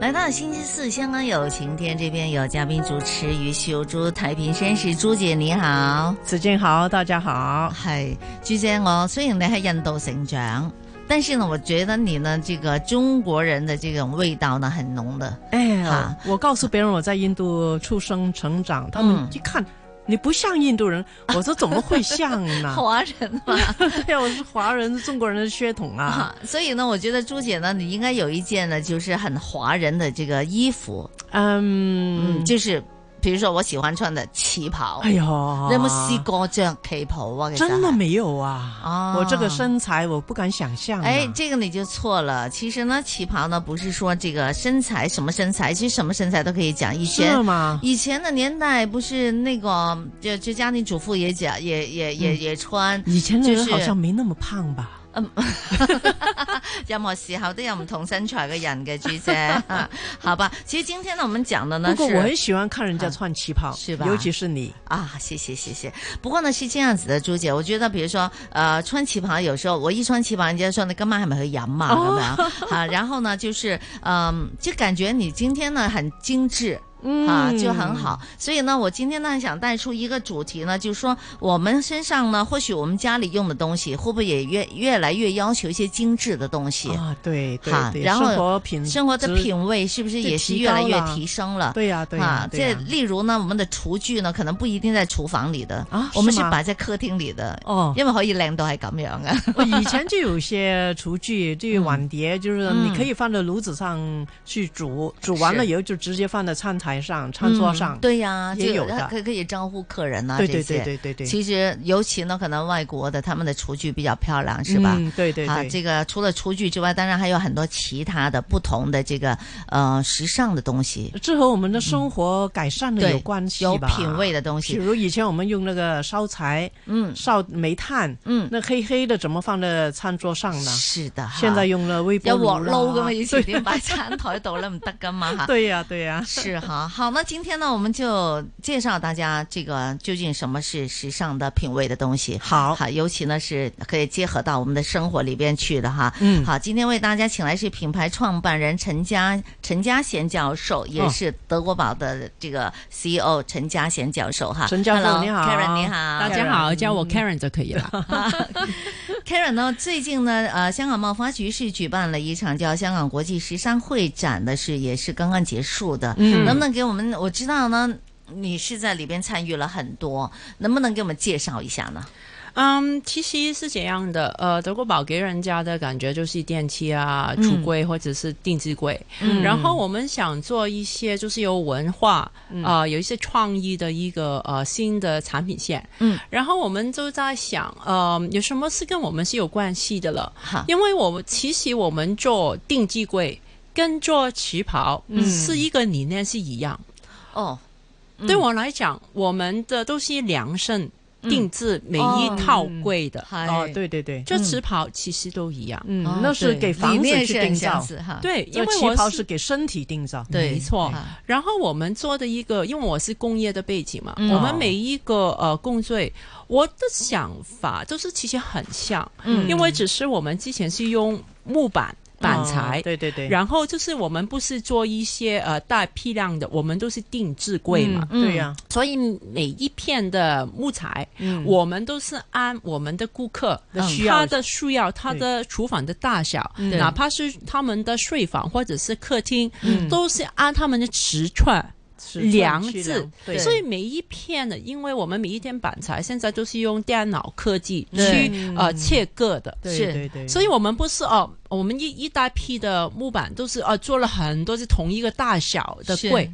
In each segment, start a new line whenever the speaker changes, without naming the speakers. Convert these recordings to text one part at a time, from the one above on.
来到星期四，香港有晴天，这边有嘉宾主持余秀珠，太平绅士朱姐你好，
子敬好，大家好。
系朱姐我虽然你喺印度成长，但是呢，我觉得你呢这个中国人的这种味道呢很浓的，
哎
好
呀，我告诉别人我在印度出生成长，他
嗯
们一看、你不像印度 人，我说怎么会像呢？
华人嘛。
对呀，我是华人、中国人的血统啊。
啊，所以呢，我觉得朱姐呢，你应该有一件呢，就是很华人的这个衣服，
嗯，
嗯，就是比如说我喜欢穿的旗袍，
哎呀，
你有冇試過着旗袍啊？其實
真的
係
没有啊
哦！
我这个身材，我不敢想象啊。
哎，这个你就错了。其实呢，旗袍呢不是说这个身材什么身材，其实什么身材都可以讲。以前
是啊吗？
以前的年代不是那个，就就家庭主妇也讲，也也也也穿。
以前的
就
人
是
好像没那么胖吧？
任何时候都有唔同身材嘅人嘅，朱姐、 啊好吧，其实今天呢，我们讲的呢
不过我
是啊
很喜欢看人家穿旗袍，
是吧
尤其是你，
啊，谢谢谢谢。不过呢是这样子的，朱姐，我觉得比如说呃穿旗袍，有时候我一穿旗袍，人家说你今晚系咪去饮啊
哦
咁样啊，然后呢就是嗯、就感觉你今天呢很精致。啊，
嗯
就很好。所以呢，我今天呢想带出一个主题呢，就是说我们身上呢，或许我们家里用的东西，会不会也越越来越要求一些精致的东西？
啊！对对
哈
对，
然后
生活品
生活的
质
品味是不是
就
也是
提
越来
高
越
了
提升了？
对呀，对
啊
呀，，对
这
呀
例如呢，我们的厨具呢，可能不一定在厨房里的，
啊
我们是
是吗
摆在客厅里的，
哦，
因为可以靓到系咁样啊嘅。
我以前就有些厨具，这个碗碟，就是
嗯
你可以放在炉子上去煮，煮完了以后就直接放在餐台上、餐桌上
嗯。对呀，
也
就呃
有的
可以可以招呼客人啊，
对
这
对
些。
对对对对，
其实尤其呢，可能外国的他们的厨具比较漂亮，是吧？
嗯，对对
啊，
对，
这个除了厨具之外，当然还有很多其他的不同的这个呃时尚的东西，
这和我们的生活改善的
对
有关系
有
吧？
品味。的东
比
西。
如以前我们用那个烧柴、
嗯
烧煤炭，
嗯，
那黑黑的怎么放在餐桌上呢？
是的哈。
现在用了微波
有
炉啊
镬
啦
捞噶嘛，以前点摆餐台度咧唔得噶嘛吓。
对呀对 呀，
是哈，好，那今天呢，我们就介绍大家这个究竟什么是时尚的品味的东西。
好
好，尤其呢是可以结合到我们的生活里边去的哈。
嗯
好，今天为大家请来是品牌创办人陈家陈家贤教授，也
哦
是德国宝的这个 CEO 陈家贤教授哈。
陈教授
Hello，
你好
Karen 嗯你好，
大家好，叫我 Karen 就可以 了。
Karen 呢，最近呢，呃，香港贸发局是举办了一场叫香港国际时尚会展的是，也是刚刚结束的。
嗯
能不能给我们？我知道呢，你是在里边参与了很多，能不能给我们介绍一下呢？
嗯其实是这样的，呃，德国宝给人家的感觉就是电器啊、橱柜或者是定制柜。
嗯
然后我们想做一些就是有文化
嗯
啊、呃有一些创意的一个呃新的产品线。
嗯，
然后我们就在想，呃，有什么是跟我们是有关系的了？
好，
因为我们其实我们做定制柜跟做旗袍、
嗯
是一个理念是一样。
哦，
嗯
对我来讲，我们的都是量身定制每一套柜的，
嗨
嗯哦，，对对对，
这旗袍其实都一样。
嗯
哦，
那是
对
给房
理
子
念
去
是很
定
相
造，
似哈，
对，因
这
为
旗
我
袍是给身体定造。
对，
没错
啊
然后我们做的一个，因为我是工业的背景嘛，
嗯
我们每一个呃工序，我的想法都是其实很像，
嗯
因为只是我们之前是用木板板材。
哦对对对，
然后就是我们不是做一些呃大批量的，我们都是定制柜嘛，
嗯
对呀，
所以每一片的木材，
嗯
我们都是按我们的顾客
的需
嗯他
要
的需要、他的厨房的大小，
嗯
哪怕是他们的睡房或者是客厅，
嗯
都是按他们的尺寸。
尺寸
量
去
制
量，对，
所以每一片的，因为我们每一天板材现在都是用电脑科技
对
去呃切割的，
对
是
对对，
所以我们不是哦，我们一一大批的木板都是哦做了很多是同一个大小的
是
柜，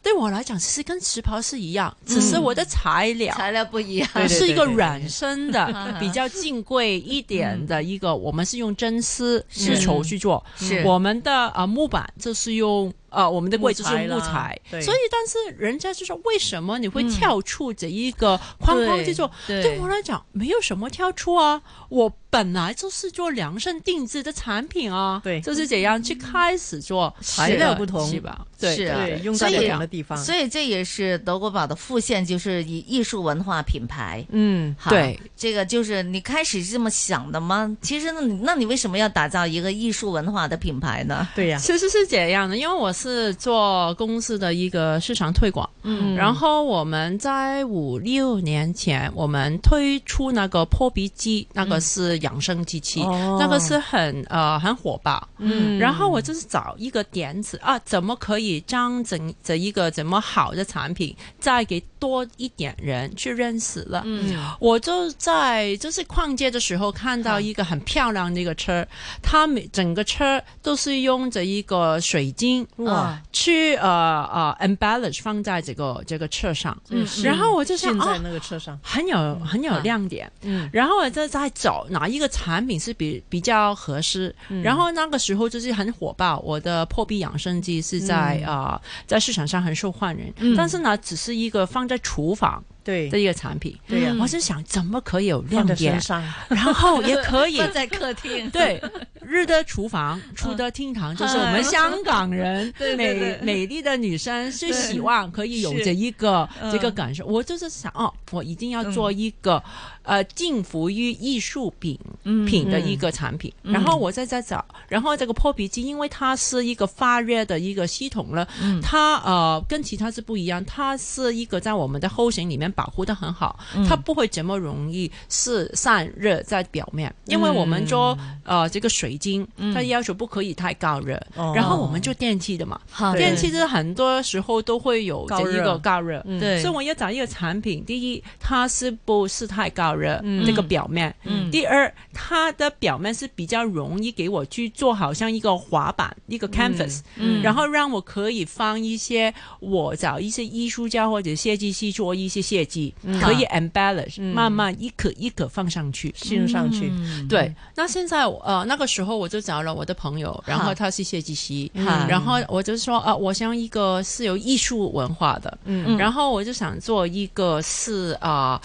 对我来讲是跟旗袍是一样，只是我的材料。
材料不一样。，
对对对
是一个
对对
软身的 比较进贵一点的一个，我们是用真 丝丝绸去做，
是
我们的呃木板就是用呃我们的柜
木
就
材
是用木
啦
材，
对嗯
所以但是人家就说为什么你会跳出这一个框框去做？
对对
对我来讲没有什么跳出啊，我本来就是做量身定制的产品啊，
对
就是这样去开始做
材料不同
是吧？对
是啊
对，用
所
在
以
不同的地方，嗯
所以这也是德国宝的复现，就是以艺术文化品牌。
嗯，
哈
对，
这个就是你开始是这么想的吗？其实那你那你为什么要打造一个艺术文化的品牌呢？
对呀，
其实是这样的，因为我是做公司的一个市场推广，
嗯
然后我们在五六年前，我们推出那个破壁机，那个是养生机器，
嗯哦
那个是很呃很火爆。
嗯
然后我就是找一个点子啊，怎么可以将整这一个怎么好的产品再给多一点人去认识了。
嗯
我就在就是逛街的时候看到一个很漂亮的一个车，它每整个车都是用着一个水晶
哇
去呃呃 embellish 放在这个这个车上，
嗯
然后我就想
现在
啊。
那个车上，
很有很有亮点，
嗯
然后我就在找哪一个产品是比比较合适，
嗯
然后那个时候就是很火爆，我的破壁养生机是在
嗯
啊、呃在市场上很受欢迎，但是呢，只是一个放在厨房
对
的一个产品，
对
嗯
呀，
我是想怎么可以有嗯亮
放在
点
身，上，
然后也可以
放在客厅。
对日的厨房，出的厅堂，就是我们香港人
对对对
美美丽的女生是希望可以有着一个
嗯
这个感受。我就是想哦，我一定要做一个呃近服于艺术品
嗯
品的一个产品，然后我再再找，然后这个破皮机，因为它是一个发热的一个系统了，它呃跟其他是不一样，它是一个在我们的后形里面保护的很好，它不会这么容易是散热在表面，因为我们做呃这个水晶，它要求不可以太高热，
哦
然后我们就电器的嘛，
好的，
电器就是很多时候都会有这一个高热，
嗯
对
所以我要找一个产品，第一它是不是太高热、这个表面，
嗯
第二它的表面是比较容易给我去做好像一个滑板一个 canvas，、
嗯
然后让我可以放一些我找一些艺术家或者设计师做一些设计，可以 embellish，、慢慢一颗一颗放上去。嗯
信上去，
嗯
对，那现在我呃那个时候我就找了我的朋友，然
哈
后他是设计师，嗯
哈
然后我就说啊、呃我想一个是有艺术文化的，
嗯
然后我就想做一个是啊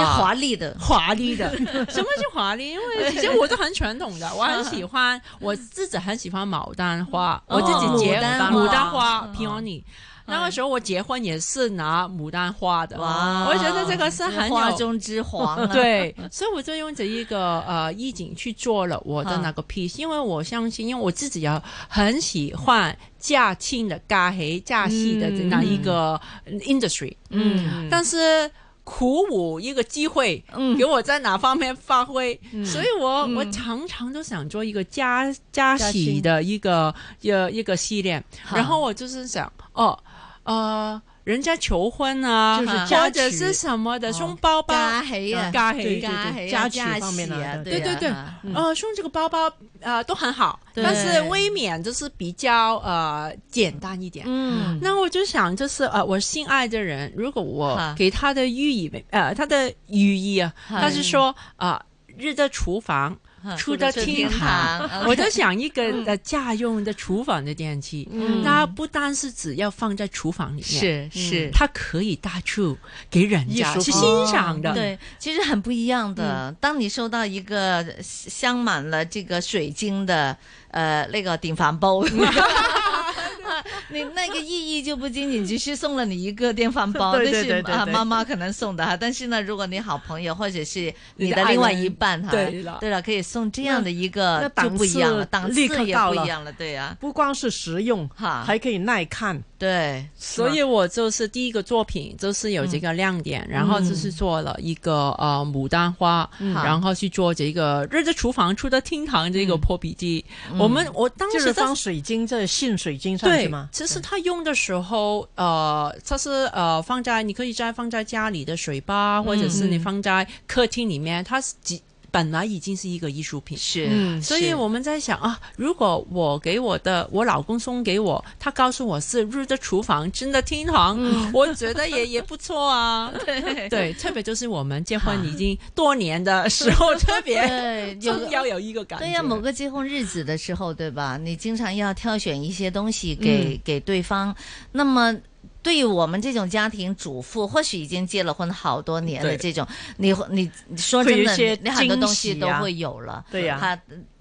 要
呃
华丽的，
华丽 的，什么是华丽？因 为其实我都很传统 的，我很喜欢，我自己很喜欢牡丹花，
哦
我自己结
牡丹花
牡丹花嗯 peony。那个时候我结婚也是拿牡丹花的，
哇！
我觉得这个是很
花
有
中之皇啊。
对，所以我就用这一个呃意境去做了我的那个 piece，因为我相信，因为我自己也很喜欢驾庆的咖黑驾戏的那一个 industry，、
嗯
但是。苦舞一个机会，
嗯
给我在哪方面发挥？
嗯
所以我、我常常都想做一个加加
加
喜
戏
的一个一个一个系列，
好
然后我就是想，哦，呃，人家求婚啊，
就是
或
加
者
曲
是什么的
哦
送包包，
加喜啊，
加喜
对
加
对
喜啊
加取方面啊
加喜
对对对
啊
嗯
呃，送这个包包呃都很好，
对
但是未免就是比较呃简单一点。
嗯
那我就想，就是呃，我心爱的人，如果
哈
我给他的寓意，呃，他的寓意啊，
哈
他是说啊、日的厨房
哈，
出的
嗯出的
厅
厅堂
堂，我就想一个呃家用的厨房的电器，它不单是只要放在厨房里面，
嗯是是。
它可以到处给人
艺
家
术
去
品
欣赏的，
嗯对，其实很不一样的。
嗯
当你收到一个镶满了这个水晶的呃那个电饭 煲。你 那个意义就不仅仅只是送了你一个电饭煲，
对
这
对
是
对对
啊
对
妈妈可能送的哈。但是呢，如果你好朋友或者是你
你的
的
爱
另外
人
一半哈，
对了
对了，可以送这样的一
那
个
那
就
档
不一样了，
次
档次
立刻
也
到
不一
了
样了，对啊呀、
不光是实用，
哈
还可以耐看，
对，
所以我就是第一个作品
嗯
就是有这个亮点，然后就是做了一个呃牡丹花，
嗯
然后去做这个日式厨房出的厅堂这
嗯
个破壁机。我们我当
就
时
是
在
放水晶在信水晶上去
对
吗，？
嗯
其实它用的时候，呃，它是呃放
嗯
在你可以在放在家里的水吧，或者是你放在客厅里面，它是几。本来已经是一个艺术品。
是，
嗯
所以
是
我们在想啊，如果我给我的我老公送给我，他告诉我是日的厨房，真的天堂，
嗯
我觉得也也不错啊。对对，特别就是我们结婚已经多年的时 候，特别
对有
就要有一个感觉。
对呀、某个结婚日子的时候，对吧？你经常要挑选一些东西
嗯
给、给对方，那么。对于我们这种家庭主妇，或许已经结了婚好多年的
对
这种，你你你说真
会有
的，
一些
你你很多
惊
东西
喜
都
啊
会有了。
对呀
它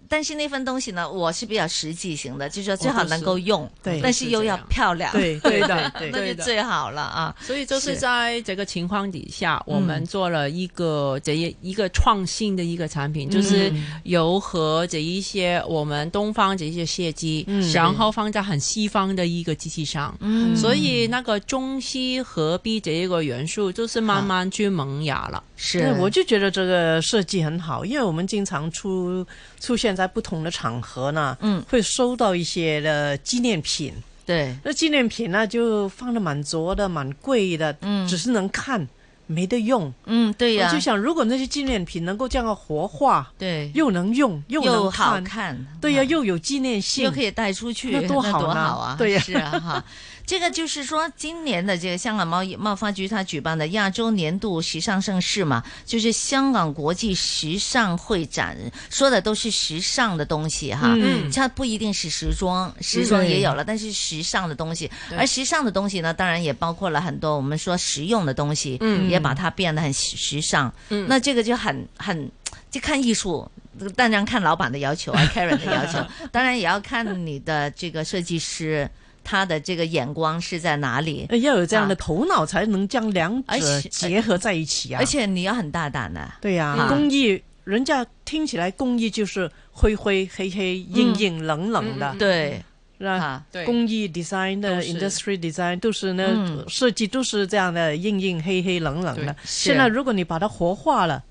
但是那份东西呢，我是比较实际型的，就是说最
我
好
都
能
是
够用，
对
但
都
是
是
又
这
要
样
漂亮，
对对的对
那
对
就
的
最好了啊。
所以就是
是
在这个情况底下，
嗯
我们做了一个这一一个创新的一个产品，就是糅合这一些我们东方这一些设计，
嗯
然后放在很西方的一个机器上。
嗯
所以那个中西合璧这一个元素，就是慢慢去萌芽了。
是
对，我就觉得这个设计很好，因为我们经常出出现在不同的场合呢，
嗯，
会收到一些的纪念品。
对
那纪念品呢，就放的蛮拙的，蛮贵的，
嗯
只是能看，没得用。
嗯对呀、
我就想，如果那些纪念品能够这样活化，
对
又能用，又能
又好
看，
看，
对呀、
啊
又有纪念
又
性，
可以带出去，
那多好呢
啊！
对呀
是啊， 哈，这个就是说，今年的这个香港贸易贸发局它举办的亚洲年度时尚盛事嘛，就是香港国际时尚会展，说的都是时尚的东西哈。
嗯
它不一定是时装，时装
对
也有了，但是时尚的东西，
对
而时尚的东西呢，当然也包括了很多我们说实用的东西，
嗯
也把它变得很时时尚。
嗯
那这个就很很就看艺术，当然看老板的要求啊，Karen 的要求，当然也要看你的这个设计师他的这个眼光是在哪里，
呃要有这样
啊
的头脑，才能将两
而
者
且呃
结合在一起啊
而。且你要很大胆的。
对呀、
啊
工艺，人家听起来工艺就是灰灰黑黑、硬硬冷冷的，
嗯
对，
那
啊，
对
工艺 design 的
都是
industry design 都是那、
嗯
设计都是这样的硬硬黑黑冷冷的
对。
是
现在如果你把它活化了，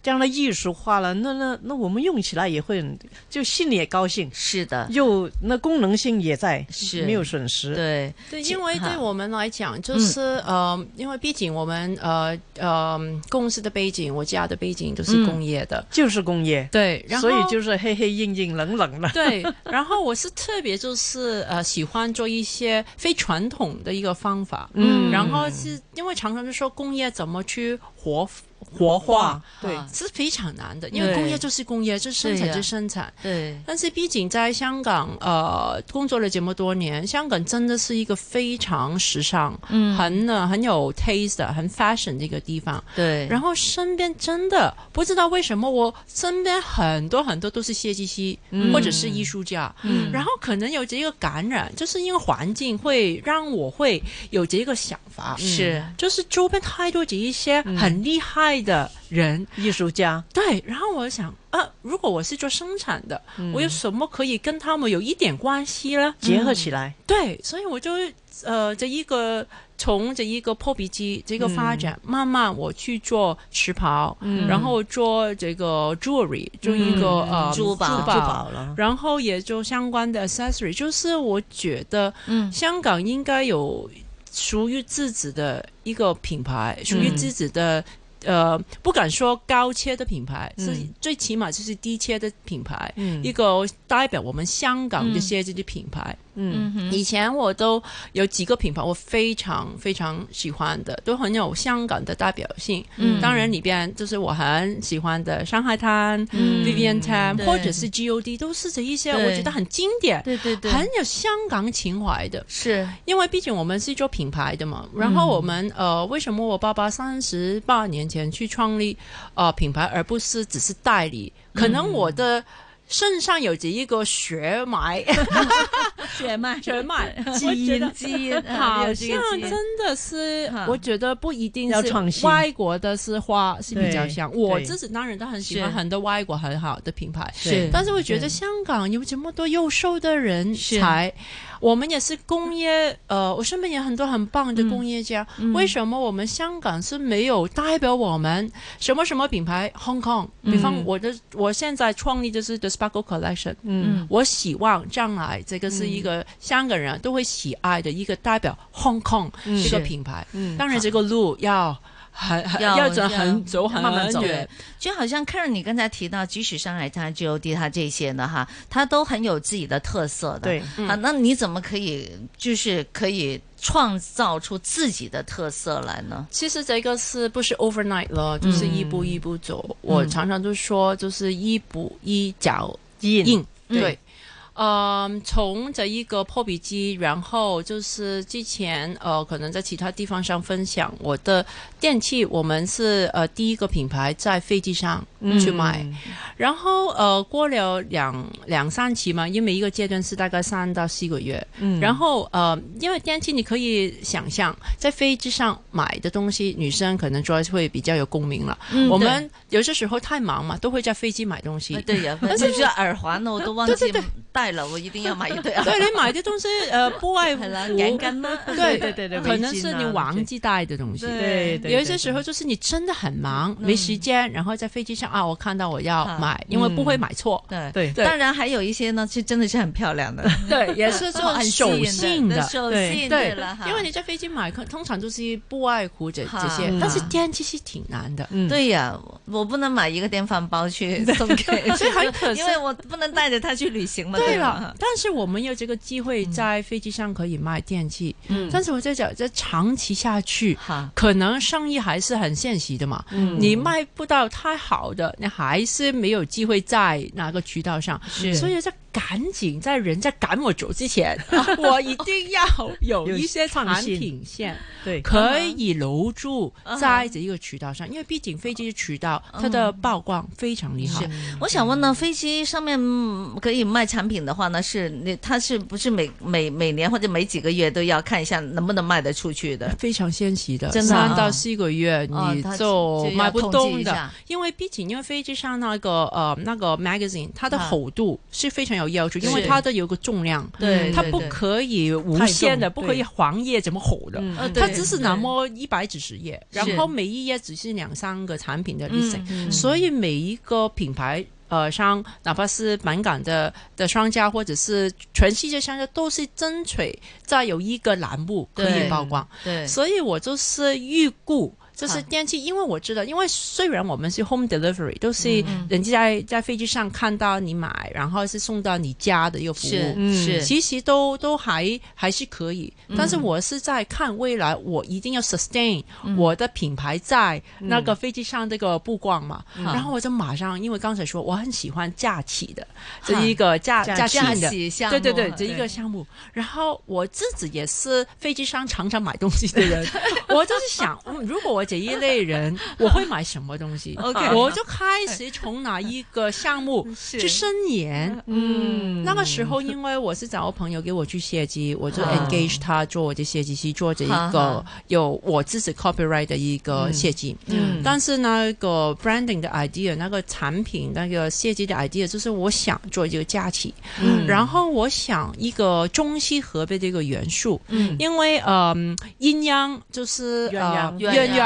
将来艺术化了，那那那我们用起来也会很就心里也高兴，
是的，
又那功能性也在，
是
没有损失。
对，
啊对，因为
哈
对我们来讲，就是呃，因为毕竟我们呃呃公司的背景，我家的背景都是工业的，
就是工业，
嗯对，然后
所以就是黑黑硬硬冷冷的。
对，然后我是特别就是呃喜欢做一些非传统的一个方法，
嗯
然后是因为常常就说工业怎么去活活化
对
啊
是非常难的，因为
对
工业就是工业，就生
对
产
呀
就生产。
对，
但是毕竟在香港呃工作了这么多年，香港真的是一个非常时尚、
嗯，
很呢很有 taste 的、很 fashion 的一个地方。
对，
然后身边真的不知道为什么，我身边很多很多都是设计师、或者是艺术家，
嗯
然后可能有这个感染，就是因为环境会让我会有这个想法，
是
就是周边太多这一些很厉害的人，
艺术家，
对，然后我想，呃，如果我是做生产的，
嗯
我有什么可以跟他们有一点关系呢？
结合起来，
对，所以我就呃，这一个从这一个破壁机这个发展，慢慢我去做旗袍，然后做这个 jewelry，做一个、呃
珠宝
宝，
不保了。
然后也做相关的 accessory，就是我觉得
嗯
香港应该有属于自己的一个品牌，属于自己的。呃，不敢说高阶的品牌，是
嗯
最起码就是低阶的品牌，
嗯
一个代表我们香港
嗯
的设计的品牌。
嗯
嗯哼
以前我都有几个品牌，我非常非常喜欢的，都很有香港的代表性。
嗯
当然里边就是我很喜欢的上海滩、
嗯
Vivian Tam
对
或者是 GOD，都是这一些
对
我觉得很经典、
对对对，
很有香港情怀的。
是
因为毕竟我们是做品牌的嘛，
嗯
然后我们、呃，为什么我爸爸三十八年前去创立呃品牌，而不是只是代理？可能我的身上有着一个血脉，
血脉
血脉，
基因基因啊
好
有这
像
个基因
真的是
哈，
我觉得不一定
要
是
创新
外国的是花是比较像。
对
我
对
自己当然都很喜
是
欢很多外国很好的品牌，
是
但是我觉得香港有这么多优秀的人
是
才，我们也是工业，呃，我身边有很多很棒的工业家，为什么我们香港是没有代表我们什么什么品牌 Hong Kong？比方我的、我现在创立的是 The Sparkle Collection，
嗯
我希望将来这个是一个香港嗯人都会喜爱的一个代表 Hong Kong 这个
是
品牌。
嗯
当然，这个路要很很
要
嗯要走
要
很走很
慢慢走
远。
就好像 Karen 你刚才提到，即使上海滩、GOD 它这些呢，哈，它都很有自己的特色的。
对，
啊，那你怎么可以就是可以创造出自己的特色来呢？
其实这个是不是 overnight 了，就是一步一步走。我常常就说，就是一步一脚
印
印。
嗯
对，嗯，从这一个破笔机，然后就是之前呃，可能在其他地方上分享我的电器，我们是呃第一个品牌在飞机上去卖，然后呃过了两两三期嘛，因为一个阶段是大概三到四个月，
嗯
然后呃，因为电器你可以想象，在飞机上买的东西，女生可能 Joyce 会比较有共鸣了。
嗯
我们有些时候太忙嘛，都会在飞机买东西。
啊对 呀，就是耳环呢，我都忘记戴了，我一定要买一对 耳环。
对你买的东西，呃，不外 乎
系啦，眼鏡啦，
对
对对对
可能是你忘记带的东西。
对对，
有一些时候就是你真的很忙，没时间，然后在飞机上啊，我看到我要买，因为不会买错。
对
对
对
当然还有一些呢，是真的是很漂亮 的，
对，也是这种
哦很吸
手
引
信的
对。手
对
信
对
了哈，
因为你在飞机买，可通常都是不外乎这
哈
这些
嗯，
但是电器是挺难的。
嗯
对呀，我不能买一个电饭煲去送 给，
所以很可惜
因为我不能带着它去旅行嘛。
对
吧
了，，但是我们有这个机会在飞机上可以卖电器，
嗯
但是我在讲，这长期下去，
哈，
可能生意还是很现实的嘛。
嗯
你卖不到太好的，你还是没有机会在哪个渠道上。
是
所以在赶紧在人在赶我走之 前， 我一定要有一些产品线
对
可以留住
嗯哼
在这一个渠道上，因为毕竟飞机渠道
嗯
它的曝光非常厉害
是。我想问呢，飞机上面嗯可以卖产品的话呢，是你它是不是每每每年或者每几个月都要看一下能不能卖得出去的？
非常先期的，
真的啊
三到四个月
哦
你
它
就
就
买
要
不
统计
动
一
的，
下
因为毕竟因为飞机上那个呃那个 magazine 它的
啊
厚度是非常有要求，因为
是
它的有个重量，
对，
它
对
不
对
可以无限的，
太重
不可以黄页怎么厚的。
嗯
呃
它
对
只是那么一百几十页，
是
然后每一页只是两三个产品的
嗯
listing，、
嗯
所以每一个品牌呃商，哪怕是满港的的商家，或者是全世界商家，都是争取再有一个栏目可以
对
曝光。
对，嗯
所以我就是预估。就是
好
电器，因为我知道，因为虽然我们是 home delivery，都
嗯
是人家在在飞机上看到你买，然后是送到你家的一个服
是
务，
嗯是嗯
其实都都还还是可以。但是我是在看未来，我一定要 sustain
嗯
我的品牌在那个飞机上这个布光嘛。
嗯
然后我就马上，因为刚才说我很喜欢假期的这一个假
假
假期
加
的
起项目
对对对，这一个项目。然后我自己也是飞机上常常买东西的 人，我就是想，嗯如果我这一类人，我会买什么东西
OK 嗯
我就开始从哪一个项目
是
去伸延。
嗯
那个时候，因为我是找我朋友给我去设计，我就
啊
engage 他做我的设计师，做这一
好
个有我自己 copyright 的一个设计。
嗯
但是那个 branding 的 idea，那个产品那个设计的 idea，就是我想做一个假期，
嗯
然后我想一个中西合璧的一个元素，
嗯
因为嗯、阴阳就是呃
鸳鸯
鸳
鸳鸯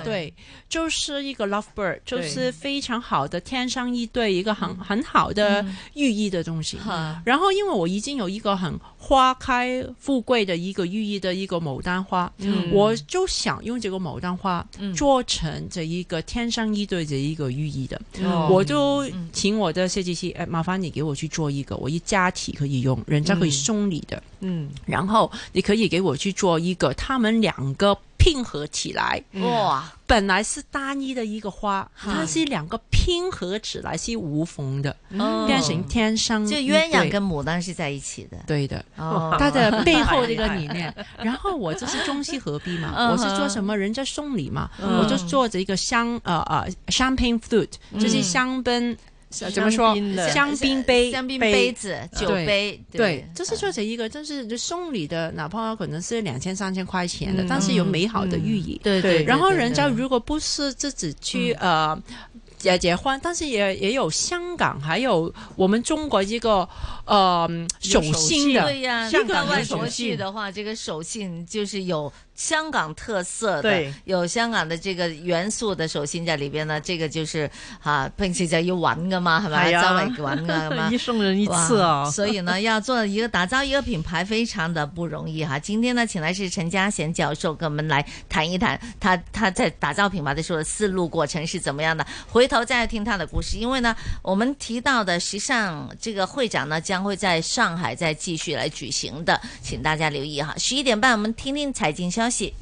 鸯对，就是一个 love bird，就是非常好的天生一对，一个很很好的寓意的东西。
哈
然后，因为我已经有一个很花开富贵的一个寓意的一个牡丹花，
嗯
我就想用这个牡丹花做成这一个天生一对的一个寓意的，
哦
我就
嗯
请我的设计师，哎，麻烦你给我去做一个，我一家庭可以用，人家可以送你的，
嗯
然后你可以给我去做一个，他们两个拼合起来，
哇，
本来是单一的一个花，它是两个拼合起来是无缝的，
哦
变成天生
就
一
鸳鸯
对
跟牡丹是在一起的
对的。
哦，
它的背后这个理念。然后我就是中西合璧嘛，
嗯
我是做什么人家送礼嘛，
嗯
我就做着一个香呃呃 champagne flute，就是香槟，呃怎么
香
说
槟的
香槟杯。
香槟
杯
杯子、酒
对
杯，
对，就是做着一个，就是就送礼的，哪怕可能是两千、三千块钱的
嗯，
但是有美好的寓意。
对
对
嗯对，
然后人家如果不是自己去呃结结婚，但是也也有香港，还有我们中国一个呃手
手
信
信
的，
对呀，
香港
到外
有手
国去
信
的话，这个手信就是有香港特色的
对，
有香港的這個元素的手信在裏邊呢，這個就是啊，平時就要揾噶嘛，係咪？
係啊。
周圍揾噶嘛
一生人一
哇
次啊，
所以呢，要做一个打造一个品牌非常的不容易哈。今天呢，请来是陈嘉贤教授跟我们来谈一谈他他在打造品牌的时候的思路过程是怎么样的。回头再听他的故事，因为呢，我们提到的时尚这个会展呢，将会在上海再继续来举行的，请大家留意哈。十一点半，我们听听财经消息。